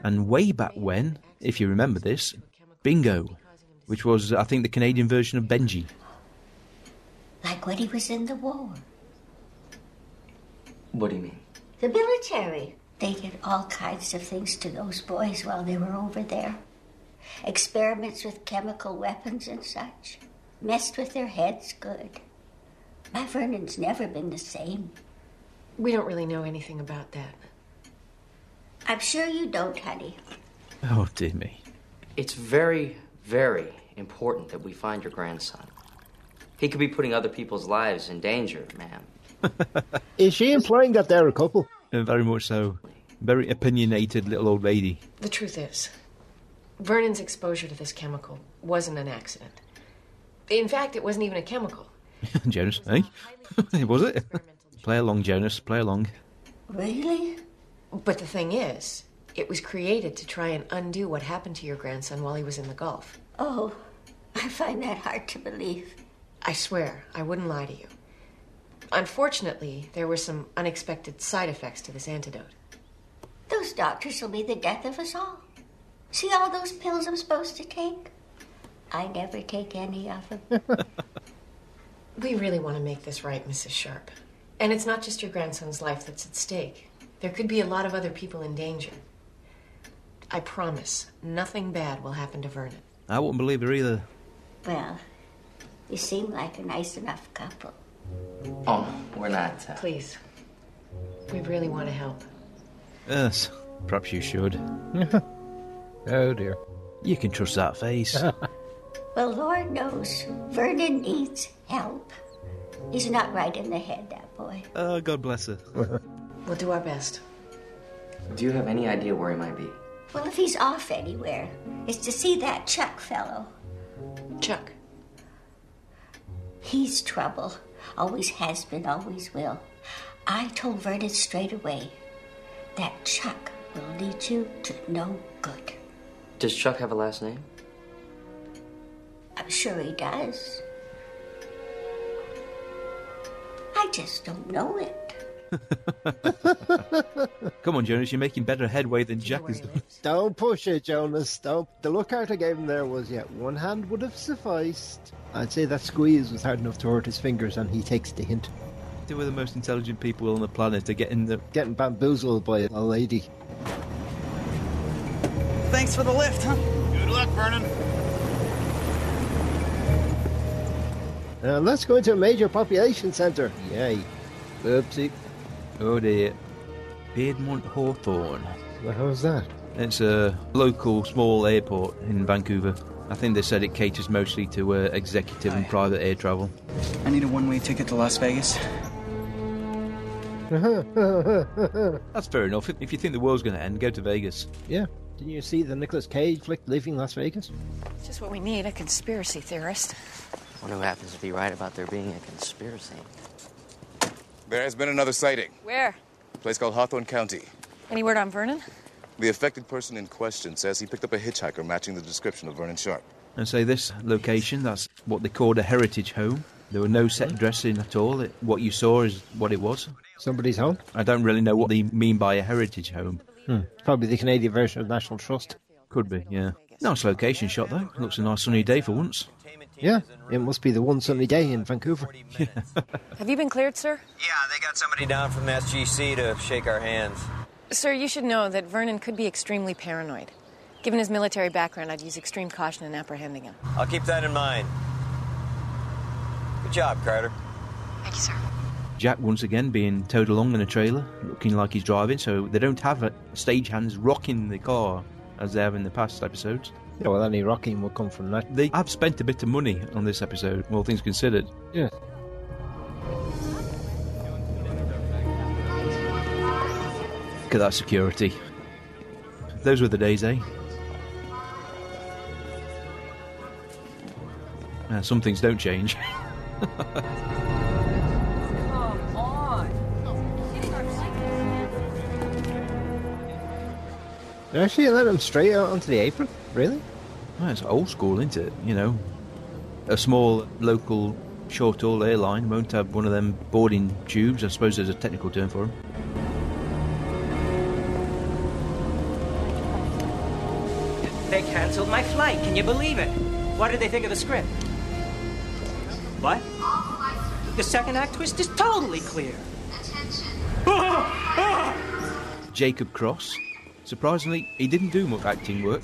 and way back when, if you remember this, Bingo, which was, I think, the Canadian version of Benji. Like when he was in the war. What do you mean? The military. They did all kinds of things to those boys while they were over there. Experiments with chemical weapons and such. Messed with their heads good. My Vernon's never been the same. We don't really know anything about that. I'm sure you don't, honey. Oh, dear me. It's very, very important that we find your grandson. He could be putting other people's lives in danger, ma'am. Is she implying that they're a couple? Uh, very much so. Very opinionated little old lady. The truth is, Vernon's exposure to this chemical wasn't an accident. In fact, it wasn't even a chemical. Jonas, eh? was it? play along, Jonas, play along. Really? But the thing is, it was created to try and undo what happened to your grandson while he was in the Gulf. Oh, I find that hard to believe. I swear, I wouldn't lie to you. Unfortunately, there were some unexpected side effects to this antidote. Those doctors will be the death of us all. See all those pills I'm supposed to take? I never take any of them. We really want to make this right, Mrs. Sharp. And it's not just your grandson's life that's at stake. There could be a lot of other people in danger. I promise, nothing bad will happen to Vernon. I wouldn't believe her either. well, you seem like a nice enough couple. Oh, no, we're not. Uh, Please, We really want to help. Yes, perhaps you should. oh dear. You can trust that face. Well, Lord knows Vernon needs help. He's not right in the head, that boy. oh, God bless her. We'll do our best. Do you have any idea where he might be? Well, if he's off anywhere, it's to see that Chuck fellow. Chuck? He's trouble. Always has been, always will. I told Vernon straight away that Chuck will lead you to no good. Does Chuck have a last name? I'm sure he does. I just don't know it. Come on, Jonas, you're making better headway than Jack is doing. Don't push it, Jonas. Don't. The lookout I gave him there was, yeah, one hand would have sufficed. I'd say that squeeze was hard enough to hurt his fingers, and he takes the hint. Two of the most intelligent people on the planet are getting the getting bamboozled by a lady. Thanks for the lift, huh? Good luck, Vernon. Uh, let's go into a major population centre. Yay. Oopsie. Oh dear. Beardmont Hawthorne. Well, how's that? It's a local small airport in Vancouver. I think they said it caters mostly to uh, executive and private air travel. I need a one way ticket to Las Vegas. That's fair enough. If- If you think the world's going to end, go to Vegas. Yeah. Didn't you see the Nicolas Cage flick leaving Las Vegas? It's just what we need a conspiracy theorist. Wonder what happens if he right about there being a conspiracy. There has been another sighting. Where? A place called Hawthorne County. Any word on Vernon? The affected person in question says he picked up a hitchhiker matching the description of Vernon Sharp. And so this location, that's what they called a heritage home. There were no set dressing at all. It, what you saw is what it was. Somebody's home? I don't really know what they mean by a heritage home. Hmm. Probably the Canadian version of National Trust. Could be, yeah. Nice location shot, though. Looks a nice sunny day for once. Yeah, it must be the one sunny day in Vancouver. Have you been cleared, sir? They got somebody down from SGC to shake our hands. Sir, you should know that Vernon could be extremely paranoid. Given his military background, I'd use extreme caution in apprehending him. I'll keep that in mind. Good job, Carter. Thank you, sir. Jack, once again, being towed along in a trailer, looking like he's driving, so they don't have uh, stagehands rocking the car as they have in the past episodes. Yeah, well, any rocking will come from that. They have spent a bit of money on this episode, all things considered. Yeah. Look at that security. Those were the days, eh? Uh, some things don't change. Come on. They actually let him straight out onto the apron? Really? Well, it's old school, isn't it? You know, a small local short-haul airline won't have one of them boarding tubes. I suppose there's a technical term for them. They canceled my flight. Can you believe it? What did they think of the script? What? The second act twist is totally clear. Jacob Cross. Surprisingly, he didn't do much acting work.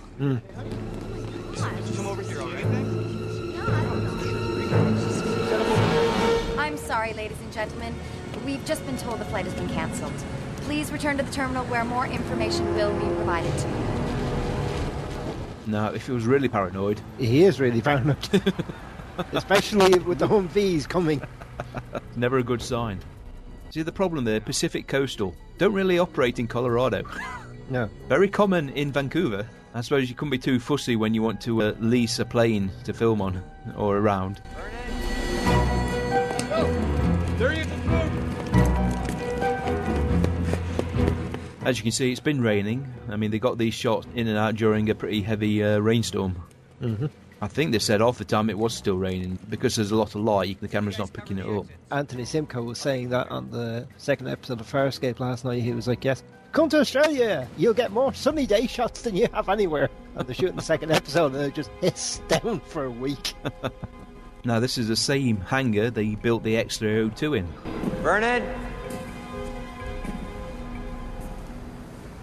I'm sorry, ladies and gentlemen. We've just been told the flight has been canceled. Please return to the terminal where more information will be provided to you. No, if he was really paranoid, he is really paranoid. Especially with the Humvees coming. never a good sign. See the problem there, Pacific Coastal don't really operate in Colorado. No. Very common in Vancouver. I suppose you couldn't be too fussy when you want to uh, lease a plane to film on or around. There you go. As you can see, it's been raining. I mean, they got these shots in and out during a pretty heavy uh, rainstorm. Mm-hmm. I think they said off the time it was still raining because there's a lot of light. The camera's not picking it up. Anthony Simcoe was saying that on the second episode of Farscape last night. He was like, Yes, come to Australia. You'll get more sunny day shots than you have anywhere. And they're shooting the second episode and it just hits down for a week. Now this is the same hangar they built the X-302 in. Vernon!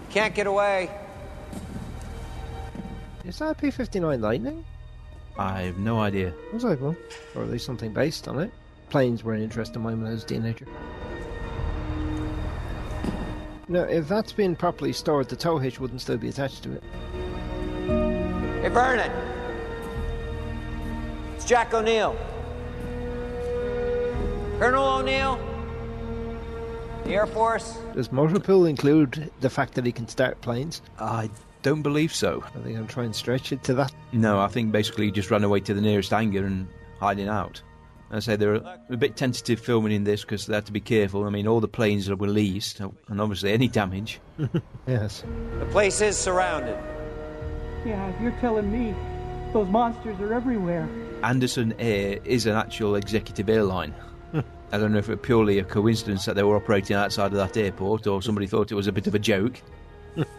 Can't get away. Is that a P 59 Lightning? I have no idea. Was I one? Or at least something based on it. Planes were an interest of mine when I was a teenager. Now, if that's been properly stored, the tow hitch wouldn't still be attached to it. Hey, Vernon. It's Jack O'Neill. Colonel O'Neill? The Air Force? Does motor pool include the fact that he can start planes? I don't believe so. I think I'm trying to stretch it to that. No, I think basically he just ran away to the nearest hangar and hiding out. I say they're a bit tentative filming in this because they had to be careful. I mean, all the planes are released, and obviously any damage. yes. The place is surrounded. Yeah, if you're telling me those monsters are everywhere. Anderson Air is an actual executive airline. I don't know if it was purely a coincidence that they were operating outside of that airport or somebody thought it was a bit of a joke.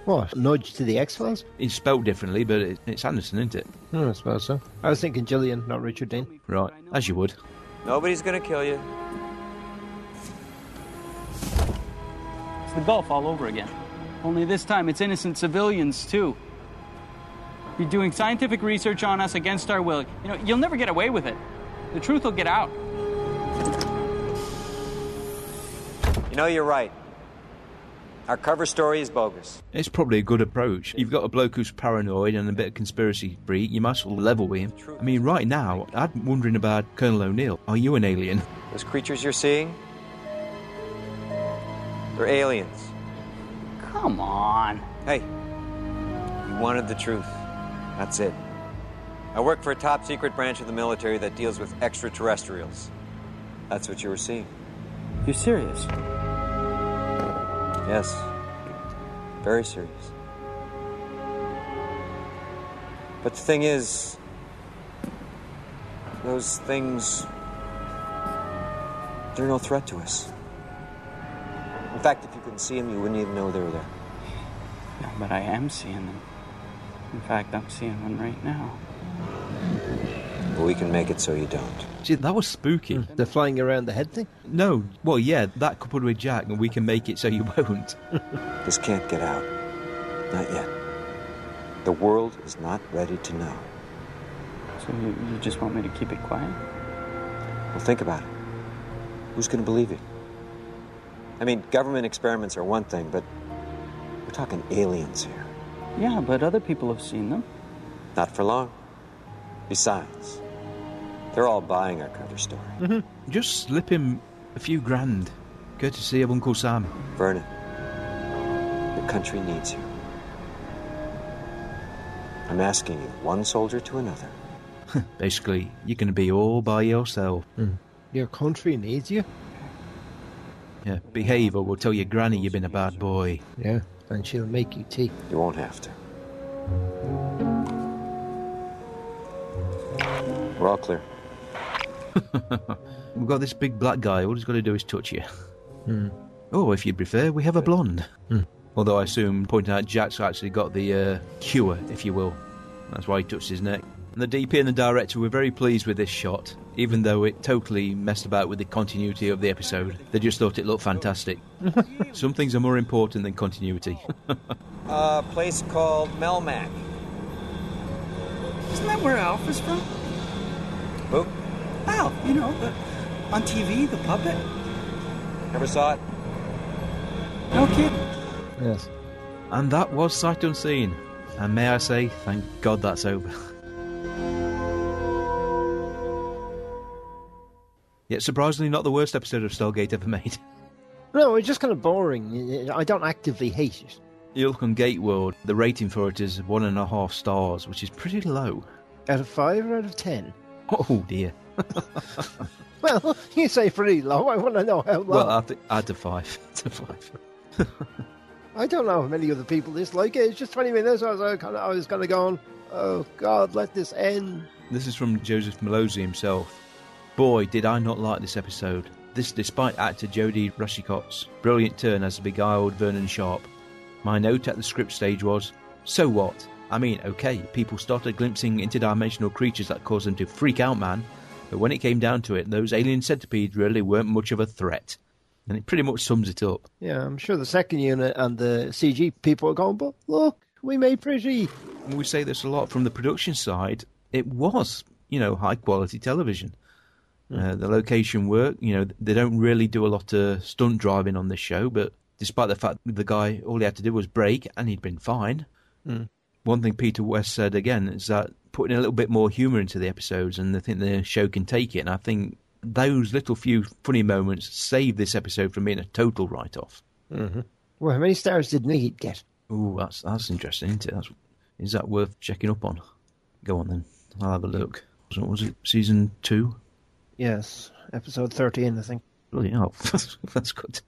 What? Nudge to the X Files? It's spelled differently, but it, it's Anderson, isn't it? I suppose so. I was thinking Gillian, not Richard Dean. Right, as you would. Nobody's gonna kill you. It's the Gulf all over again. Only this time it's innocent civilians, too. You're doing scientific research on us against our will. You know, you'll never get away with it. The truth will get out. You know, you're right. Our cover story is bogus. It's probably a good approach. You've got a bloke who's paranoid and a bit of conspiracy freak, you might as well level with him. I mean, right now, I'm wondering about Colonel O'Neill. Are you an alien? Those creatures you're seeing? They're aliens. Come on. Hey, you wanted the truth. That's it. I work for a top secret branch of the military that deals with extraterrestrials. That's what you were seeing. You're serious? Yes. Very serious. But the thing is, those things, they're no threat to us. In fact, if you couldn't see them, you wouldn't even know they were there. No, but I am seeing them. In fact, I'm seeing one right now. But we can make it so you don't. See, that was spooky. The flying around the head thing? No, well, yeah, that coupled with Jack, and we can make it so you won't. this can't get out. Not yet. The world is not ready to know. So you, you just want me to keep it quiet? Well, think about it. Who's going to believe you? I mean, government experiments are one thing, but we're talking aliens here. Yeah, but other people have seen them. Not for long. Besides, they're all buying our cover story. Mm-hmm. Just slip him a few grand, courtesy of Uncle Sam. Vernon, the country needs you. I'm asking you, one soldier to another. Basically, you're going to be all by yourself. Mm. Your country needs you? Yeah, behave or we'll tell your granny you've been a bad boy. Yeah, and she'll make you tea. You won't have to. We're all clear. We've got this big black guy. All he's got to do is touch you. Mm. Oh, if you prefer, we have a blonde. Mm. Although I assume, pointing out, Jack's actually got the uh, cure, if you will. That's why he touched his neck. And the DP and the director were very pleased with this shot, even though it totally messed about with the continuity of the episode. They just thought it looked fantastic. Some things are more important than continuity. a place called Melmac. Isn't that where Alf is from? Who? Al, you know, the, on TV, the puppet. Never saw it. No kid. Yes. And that was Sight Unseen. And may I say, thank God that's over. Yet surprisingly, not the worst episode of Stargate ever made. No, it's just kind of boring. I don't actively hate it. You look on Gateworld, the rating for it is one and a half stars, which is pretty low. Out of five or out of ten? Oh dear. well, you say pretty low. I want to know how low. Well, I th- add to five. to five. I don't know how many other people dislike it. It's just twenty minutes. I was like, I was going to go on. Oh God, let this end. This is from Joseph Malozzi himself. Boy, did I not like this episode. This, despite actor Jodie Rushicott's brilliant turn as the beguiled Vernon Sharp. My note at the script stage was, "So what? I mean, okay, people started glimpsing interdimensional creatures that caused them to freak out, man. But when it came down to it, those alien centipedes really weren't much of a threat. And it pretty much sums it up. Yeah, I'm sure the second unit and the CG people are going, but look, we made pretty. And we say this a lot from the production side. It was, you know, high quality television. Mm. Uh, the location work, you know, they don't really do a lot of stunt driving on this show, but despite the fact that the guy, all he had to do was brake and he'd been fine. Mm. One thing Peter West said again is that putting a little bit more humour into the episodes, and I think the show can take it. And I think those little few funny moments save this episode from being a total write off. Mm-hmm. Well, how many stars did Need get? Ooh, that's that's interesting, isn't it? That's, is that worth checking up on? Go on then. I'll have a look. So what was it season two? Yes, episode 13, I think. Bloody hell, that's good.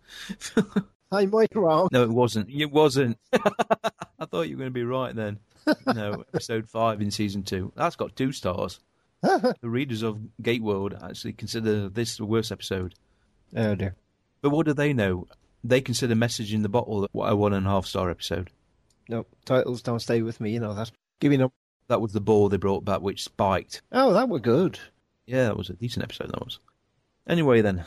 I might be wrong. No, it wasn't. It wasn't. I thought you were going to be right then. No, episode five in season two. That's got two stars. the readers of Gate World actually consider this the worst episode. Oh dear. But what do they know? They consider Message in the Bottle a one and a half star episode. No, titles don't stay with me, you know that. Giving up. That was the ball they brought back, which spiked. Oh, that were good. Yeah, that was a decent episode, that was. Anyway, then.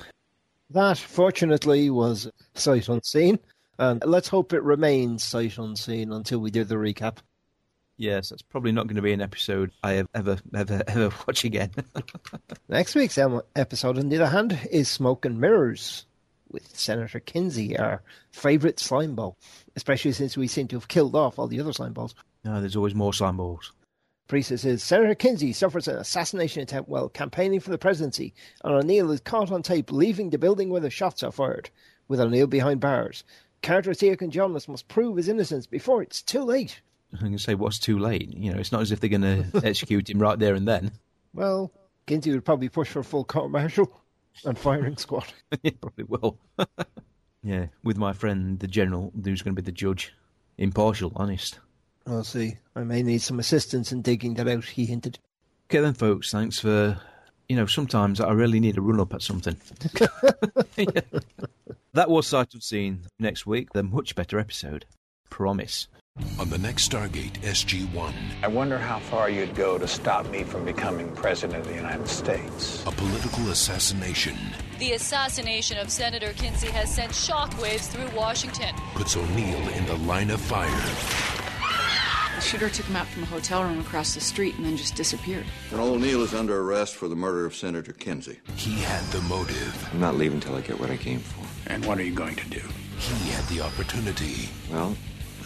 That, fortunately, was Sight Unseen. And let's hope it remains Sight Unseen until we do the recap. Yes, that's probably not going to be an episode I have ever, ever, ever watch again. Next week's em- episode, on the other hand, is Smoke and Mirrors with Senator Kinsey, our favourite slime ball, especially since we seem to have killed off all the other slime balls. No, there's always more slime balls. Priestess says Senator Kinsey suffers an assassination attempt while campaigning for the presidency, and O'Neill is caught on tape leaving the building where the shots are fired, with O'Neill behind bars. Carter, Teak, and Jonas must prove his innocence before it's too late. I'm going to say, what's too late? You know, it's not as if they're going to execute him right there and then. Well, Kinsey would probably push for a full court martial and firing squad. yeah, probably will. yeah, with my friend, the general, who's going to be the judge. Impartial, honest. I'll see. I may need some assistance in digging that out, he hinted. Okay, then, folks, thanks for. You know, sometimes I really need a run up at something. Yeah. That was Sight of Scene. Next week, the much better episode. Promise. On the next Stargate SG-1, I wonder how far you'd go to stop me from becoming president of the United States. a political assassination The assassination of Senator Kinsey has sent shockwaves through Washington. puts O'Neill in the line of fire. The shooter took him out from a hotel room across the street and then just disappeared. And O'Neill is under arrest for the murder of Senator Kinsey. He had the motive. I'm not leaving till I get what I came for. And what are you going to do? He had the opportunity. Well,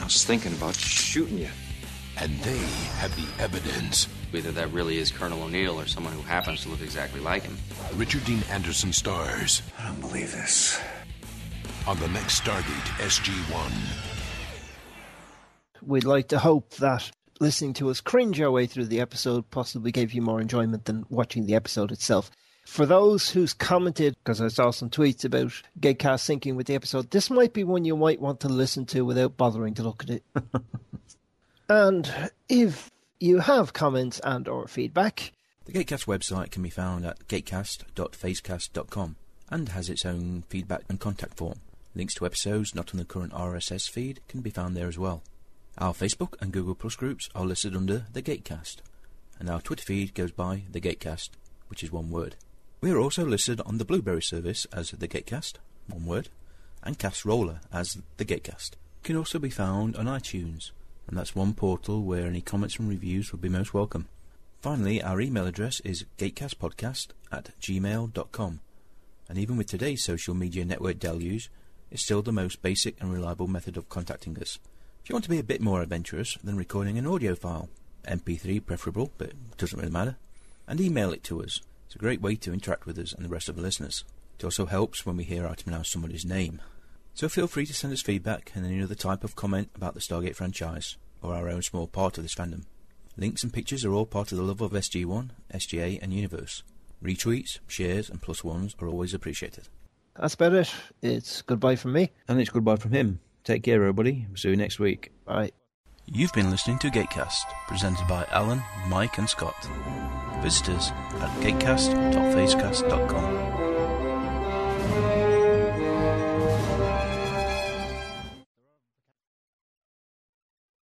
I was thinking about shooting you. And they have the evidence. Either that really is Colonel O'Neill or someone who happens to look exactly like him. Richard Dean Anderson stars I don't believe this. on the next Stargate SG-1. We'd like to hope that listening to us cringe our way through the episode possibly gave you more enjoyment than watching the episode itself. For those who's commented, because I saw some tweets about Gatecast syncing with the episode, this might be one you might want to listen to without bothering to look at it. and if you have comments and or feedback, The Gatecast website can be found at gatecast.facecast.com and has its own feedback and contact form. Links to episodes not on the current RSS feed can be found there as well. Our Facebook and Google Plus groups are listed under The Gatecast, and our Twitter feed goes by The Gatecast, which is one word. We are also listed on the Blueberry service as The Gatecast, one word, and Castrola as The Gatecast. Can also be found on iTunes, and that's one portal where any comments and reviews would be most welcome. Finally, our email address is gatecastpodcast at gmail.com. And even with today's social media network deluge, it's still the most basic and reliable method of contacting us. If you want to be a bit more adventurous, then recording an audio file, MP3 preferable, but it doesn't really matter, and email it to us. It's a great way to interact with us and the rest of the listeners. It also helps when we hear out and announce somebody's name. So feel free to send us feedback and any other type of comment about the Stargate franchise, or our own small part of this fandom. Links and pictures are all part of the love of SG1, SGA, and Universe. Retweets, shares, and plus ones are always appreciated. that's about it. It's goodbye from me. And it's goodbye from him. Take care, everybody. We'll see you next week. Bye. You've been listening to Gatecast, presented by Alan, Mike, and Scott. Visit us at gatecast.facecast.com.